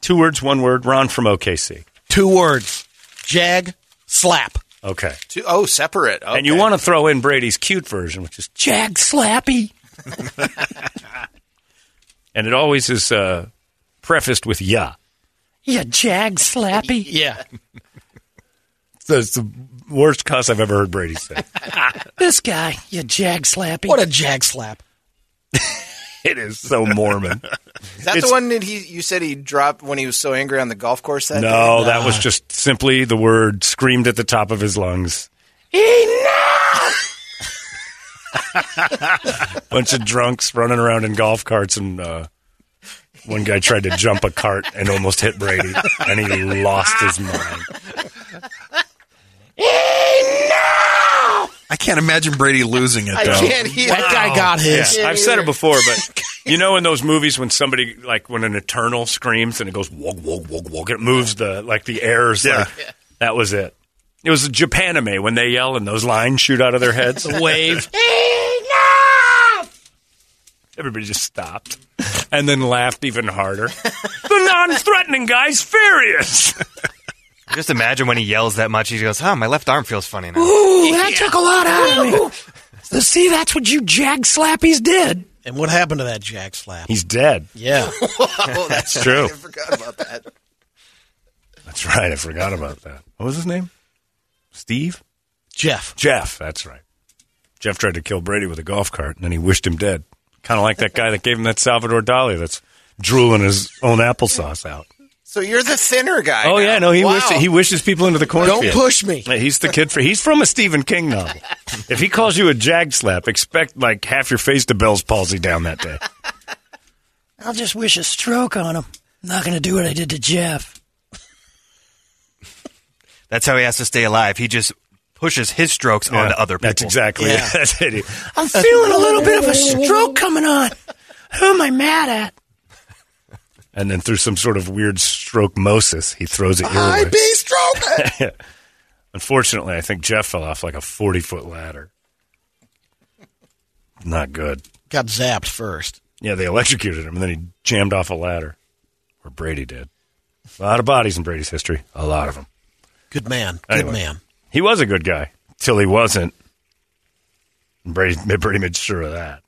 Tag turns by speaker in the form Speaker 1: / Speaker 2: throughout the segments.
Speaker 1: Two words, one word. Ron from OKC.
Speaker 2: Two words. Jag slap.
Speaker 1: Okay.
Speaker 3: Two- Oh, separate.
Speaker 1: And you want to throw in Brady's cute version, which is jag slappy. and it always is uh, prefaced with yeah. Yeah, jag slappy.
Speaker 2: Yeah.
Speaker 1: That's the worst cuss I've ever heard Brady say.
Speaker 2: this guy, you jag slappy. What a jag slap.
Speaker 1: it is so Mormon.
Speaker 3: Is that the
Speaker 1: it's-
Speaker 3: one that he you said he dropped when he was so angry on the golf course that day?
Speaker 1: No, that was just simply the word screamed at the top of his lungs. Enough! Bunch of drunks running around in golf carts, and uh, one guy tried to jump a cart and almost hit Brady, and he lost his mind.
Speaker 4: I can't imagine Brady losing it
Speaker 3: I
Speaker 4: though.
Speaker 3: can't hear.
Speaker 2: That guy got his.
Speaker 1: I've said it before, but you know, in those movies, when somebody like when an eternal screams and it goes wog wog wog wog, it moves the like the air is like that was it. It was Japan anime when they yell and those lines shoot out of their heads.
Speaker 2: Wave.
Speaker 1: Everybody just stopped and then laughed even harder. the non-threatening guy's furious.
Speaker 2: Just imagine when he yells that much, he goes, huh, my left arm feels funny now. Ooh, that took a lot out of me. See, that's what you jag slappies did. And what happened to that jag slap?
Speaker 1: He's dead.
Speaker 2: Yeah.
Speaker 3: Oh, that's
Speaker 1: true.
Speaker 3: I forgot about that.
Speaker 1: That's right. I forgot about that. What was his name? Steve.
Speaker 2: Jeff.
Speaker 1: Jeff, that's right. Jeff tried to kill Brady with a golf cart, and then he wished him dead. Kind of like that guy that gave him that Salvador Dali that's drooling his own applesauce out.
Speaker 3: So you're the thinner guy.
Speaker 1: Oh
Speaker 3: now.
Speaker 1: yeah, no, he
Speaker 3: wow.
Speaker 1: wished, he wishes people into the cornfield.
Speaker 2: Don't push me.
Speaker 1: He's the kid for. He's from a Stephen King novel. if he calls you a jag slap, expect like half your face to Bell's palsy down that day.
Speaker 5: I'll just wish a stroke on him. I'm not going to do what I did to Jeff.
Speaker 2: That's how he has to stay alive. He just pushes his strokes onto other people.
Speaker 1: That's exactly it. That's it.
Speaker 5: I'm feeling a little bit of a stroke coming on. Who am I mad at?
Speaker 1: And then through some sort of weird stroke mosis, he throws it your way.
Speaker 4: stroking.
Speaker 1: Unfortunately, I think Jeff fell off like a 40 foot ladder. Not good.
Speaker 6: got zapped first.
Speaker 1: Yeah, they electrocuted him and then he jammed off a ladder. Or Brady did. A lot of bodies in Brady's history. A lot of them.
Speaker 6: Good man. Good
Speaker 1: Anyway.
Speaker 6: man.
Speaker 1: He was a good guy till he wasn't. And Brady, Brady made sure of that.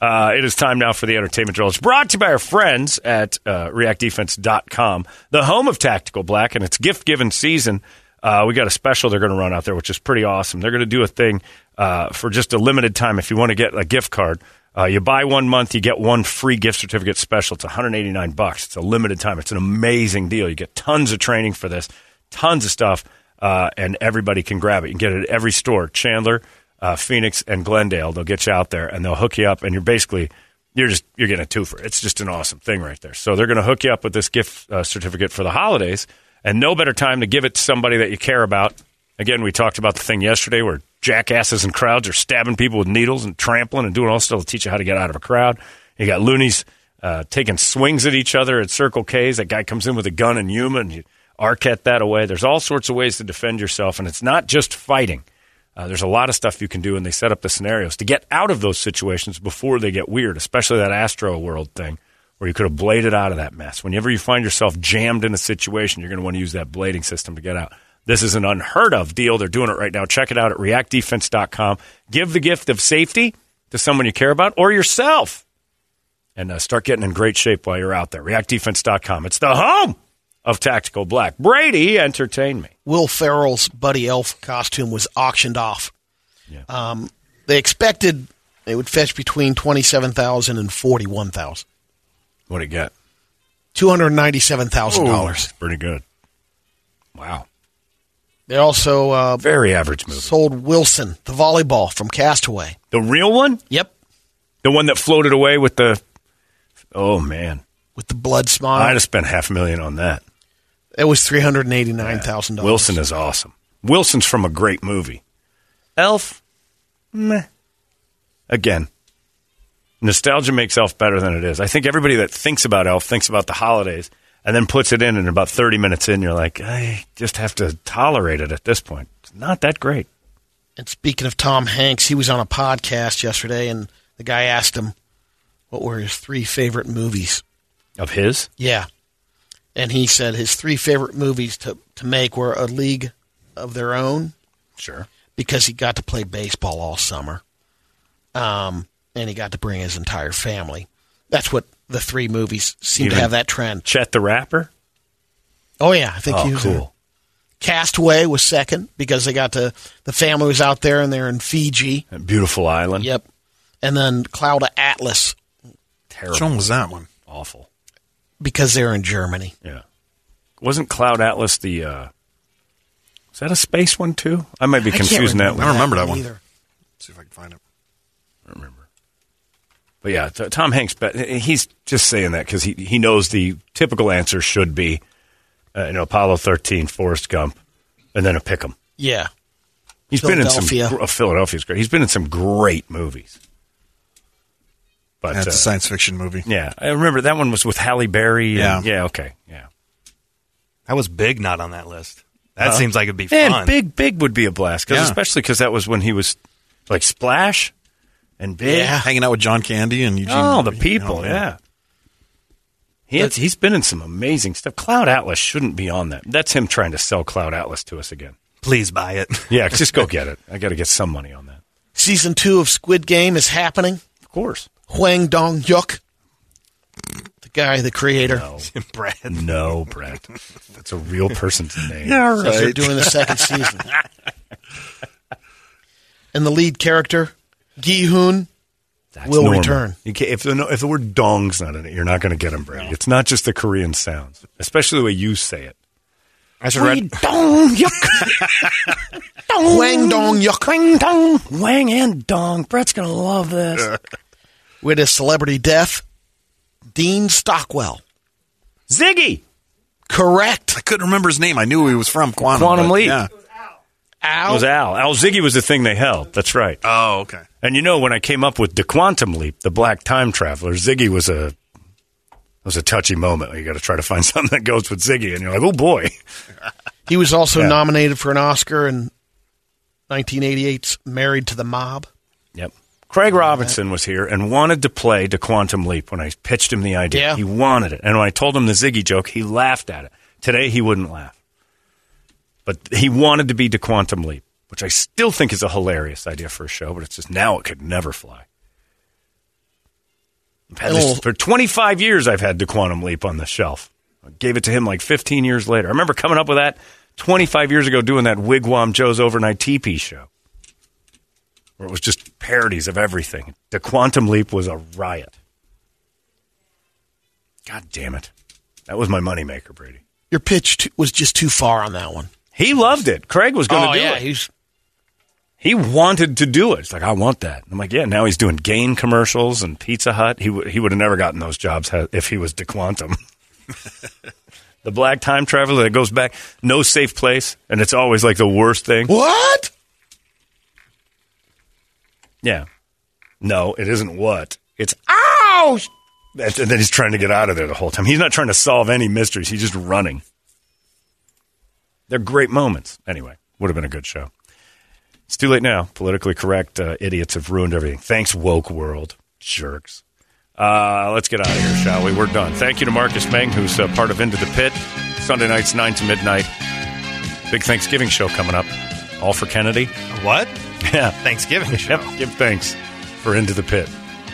Speaker 1: uh, it is time now for the entertainment drill. It's brought to you by our friends at uh, reactdefense.com, the home of Tactical Black, and it's gift given season. Uh, we got a special they're going to run out there, which is pretty awesome. They're going to do a thing uh, for just a limited time. If you want to get a gift card, uh, you buy one month, you get one free gift certificate special. It's 189 bucks. It's a limited time. It's an amazing deal. You get tons of training for this, tons of stuff. uh, and everybody can grab it. You can get it at every store Chandler, uh, Phoenix, and Glendale. They'll get you out there and they'll hook you up, and you're basically. You're just you're getting a twofer. It's just an awesome thing right there. So they're going to hook you up with this gift uh, certificate for the holidays, and no better time to give it to somebody that you care about Again, we talked about the thing yesterday where jackasses and crowds are stabbing people with needles and trampling and doing all stuff to teach you how to get out of a crowd. You got loonies uh, taking swings at each other at Circle K's. That guy comes in with a gun and Yuma and you arcet that away. There's all sorts of ways to defend yourself, and it's not just fighting. Uh, there's a lot of stuff you can do, and they set up the scenarios to get out of those situations before they get weird, especially that Astro World thing where you could have bladed out of that mess. Whenever you find yourself jammed in a situation, you're going to want to use that blading system to get out. This is an unheard of deal. They're doing it right now. Check it out at reactdefense.com. Give the gift of safety to someone you care about or yourself and uh, start getting in great shape while you're out there. Reactdefense.com. It's the home of Tactical Black. Brady, entertain me.
Speaker 6: Will Ferrell's Buddy Elf costume was auctioned off. Um, they expected it would fetch between twenty-seven thousand and forty-one thousand.
Speaker 1: What do you get?
Speaker 6: Two hundred ninety-seven thousand dollars.
Speaker 1: Pretty good. Wow.
Speaker 6: They also uh,
Speaker 1: Very average movie.
Speaker 6: sold Wilson, the volleyball from Castaway.
Speaker 1: The real one?
Speaker 6: Yep,
Speaker 1: The one that floated away with the. Uh, Oh, man.
Speaker 6: with the blood
Speaker 1: I'd
Speaker 6: smile.
Speaker 1: have spent half a million on that.
Speaker 6: it was three hundred eighty-nine thousand dollars.
Speaker 1: Wilson is awesome. Wilson's from a great movie. Elf, meh. Again, nostalgia makes Elf better than it is. I think everybody that thinks about Elf thinks about the holidays and then puts it in, and about 30 minutes in, you're like, I just have to tolerate it at this point. It's not that great.
Speaker 6: And speaking of Tom Hanks, he was on a podcast yesterday, and the guy asked him what were his three favorite movies.
Speaker 1: Of his?
Speaker 6: Yeah, and he said his three favorite movies to to make were A League of Their Own
Speaker 1: Sure.
Speaker 6: because he got to play baseball all summer, um, and he got to bring his entire family. That's what the three movies seem
Speaker 1: Even-
Speaker 6: to have that trend.
Speaker 1: Chet the Rapper?
Speaker 6: Oh yeah, I think he
Speaker 1: Oh,
Speaker 6: was there.
Speaker 1: cool.
Speaker 6: Castaway was second because they got to the family was out there and they're in Fiji.
Speaker 1: That beautiful island.
Speaker 6: Yep. And then Cloud of Atlas
Speaker 1: Terrible.
Speaker 4: Which one was that one?
Speaker 1: Awful.
Speaker 6: because they're in Germany.
Speaker 1: Yeah. Wasn't Cloud Atlas the. Uh, is that a space one, too? I might be
Speaker 6: I can't
Speaker 1: confusing that with
Speaker 4: I don't remember that one.
Speaker 6: Either.
Speaker 4: see if I can find it.
Speaker 1: remember. But yeah, t- Tom Hanks. But he's just saying that because he he knows the typical answer should be, uh, you know, Apollo thirteen, Forrest Gump, and then a pick 'em.
Speaker 6: Yeah.
Speaker 1: He's been in some.
Speaker 6: Philadelphia.
Speaker 1: Uh, Philadelphia's great. He's been in some great movies. But
Speaker 4: That's
Speaker 1: uh,
Speaker 4: a science fiction movie.
Speaker 1: yeah, I remember that one was with Halle Berry. and-
Speaker 4: Yeah.
Speaker 1: yeah, okay, yeah.
Speaker 2: That was big not on that list. That
Speaker 1: Huh?
Speaker 2: seems like it'd be
Speaker 1: Man,
Speaker 2: fun.
Speaker 1: big, big would be a blast, 'cause
Speaker 4: Yeah.
Speaker 1: especially because that was when he was like Splash and Big.
Speaker 4: Hanging out with John Candy and Eugene.
Speaker 1: Oh, the
Speaker 4: Levy.
Speaker 1: people,
Speaker 4: Oh,
Speaker 1: yeah. He had, he's been in some amazing stuff. Cloud Atlas shouldn't be on that. That's him trying to sell Cloud Atlas to us again.
Speaker 2: Please buy it.
Speaker 1: Yeah, just go get it. I got to get some money on that.
Speaker 6: Season two of Squid Game is happening.
Speaker 1: Of course.
Speaker 6: Huang Dong Yuk, the guy, the creator,
Speaker 2: Brad.
Speaker 1: No, Brett. That's a real person's name.
Speaker 4: Yeah,
Speaker 6: says they're
Speaker 4: right.
Speaker 6: doing the second season. And the lead character, Gi Hoon,
Speaker 1: That's
Speaker 6: will
Speaker 1: normal.
Speaker 6: return.
Speaker 1: You can't, if, the, no- if the word dong's not in it, you're not going to get him, Brady. It's not just the Korean sounds, especially the way you say it.
Speaker 2: I should read.
Speaker 1: Dong, yuck.
Speaker 6: Huang Dong Yuk,
Speaker 1: Wang, dong. Wang and dong. Brett's going to love this.
Speaker 6: with his celebrity death, Dean Stockwell.
Speaker 1: Ziggy.
Speaker 6: Correct.
Speaker 4: I couldn't remember his name. I knew he was from Quantum.
Speaker 1: Quantum
Speaker 4: but
Speaker 1: Leap.
Speaker 4: Yeah.
Speaker 1: It was Al. Al Ziggy was the thing they held. That's right.
Speaker 6: Uh,
Speaker 4: Oh, okay.
Speaker 1: And you know, when I came up with the quantum leap, the black time traveler, Ziggy was a was a touchy moment. You got to try to find something that goes with Ziggy, and you're like, oh boy,
Speaker 6: He was also
Speaker 1: Yeah.
Speaker 6: nominated for an Oscar in 1988's Married to the Mob.
Speaker 1: Yep. Craig Robinson was here and wanted to play to Quantum Leap when I pitched him the idea.
Speaker 6: Yeah.
Speaker 1: He wanted it. And when I told him the Ziggy joke, he laughed at it. Today, he wouldn't laugh. But he wanted to be to Quantum Leap, which I still think is a hilarious idea for a show, but it's just now it could never fly. I've had this-
Speaker 6: It'll-
Speaker 1: for 25 years, I've had to Quantum Leap on the shelf. I gave it to him like 15 years later. I remember coming up with that 25 years ago doing that Wigwam Joe's Overnight Teepee show where it was just parodies of everything. The Quantum Leap was a riot. God damn it. That was my moneymaker, Brady.
Speaker 6: Your pitch t- was just too far on that one.
Speaker 1: He loved it. Craig was going to
Speaker 6: Oh
Speaker 1: do
Speaker 6: yeah,
Speaker 1: it.
Speaker 6: he's
Speaker 1: He wanted to do it. It's like I want that. I'm like, yeah. Now he's doing Gain commercials and Pizza Hut. He would he would have never gotten those jobs ha- if he was DeQuantum. the black time traveler that goes back, no safe place, and it's always like the worst thing.
Speaker 6: what?
Speaker 1: Yeah. No, it isn't what. It's ow. That's- And then he's trying to get out of there the whole time. He's not trying to solve any mysteries. He's just running. They're great moments. Anyway, would have been a good show. It's too late now. Politically correct uh, idiots have ruined everything. Thanks, woke world. Jerks. Uh, let's get out of here, shall we? We're done. Thank you to Marcus Meng, who's uh, part of Into the Pit. Sunday nights, 9 to midnight. Big Thanksgiving show coming up. All for Kennedy.
Speaker 2: What?
Speaker 1: Yeah.
Speaker 2: Thanksgiving show.
Speaker 1: Yep. Give thanks for Into the Pit.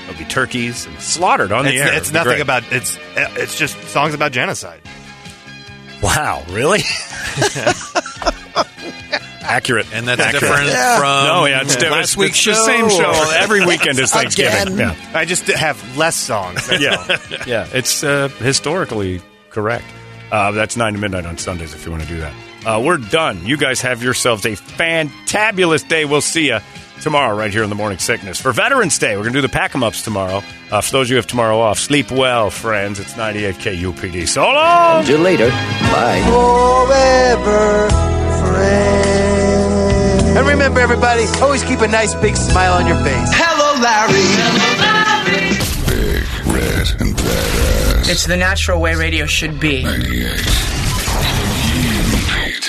Speaker 1: There'll be turkeys and slaughtered on
Speaker 2: It's,
Speaker 1: the air.
Speaker 2: it's
Speaker 1: It'll be
Speaker 2: nothing
Speaker 1: great.
Speaker 2: about it's eh, it's just songs about genocide.
Speaker 1: Wow, really? Accurate.
Speaker 4: And that's
Speaker 1: Accurate.
Speaker 4: different
Speaker 2: Um,
Speaker 4: from
Speaker 1: No, yeah, it's, different.
Speaker 3: Last
Speaker 1: it's,
Speaker 3: week's
Speaker 1: it's the
Speaker 3: show.
Speaker 1: same show every weekend is Thanksgiving.
Speaker 6: Again.
Speaker 1: Yeah,
Speaker 2: I just have less songs. That's all.
Speaker 1: yeah, yeah. It's uh, historically correct. Uh, that's nine to midnight on Sundays if you want to do that. Uh, we're done. You guys have yourselves a fantabulous day. We'll see you tomorrow right here in the morning sickness for Veterans Day. We're gonna do the pack 'em ups tomorrow. Uh, for those of you who have tomorrow off, sleep well, friends. It's ninety eight KUPD. So long.
Speaker 7: See you later. Bye.
Speaker 8: forever friend. And remember, everybody, always keep a nice big smile on your face. Hello, Larry.
Speaker 9: Big, red, and badass.
Speaker 10: It's the natural way radio should be.
Speaker 9: 98. KUPD.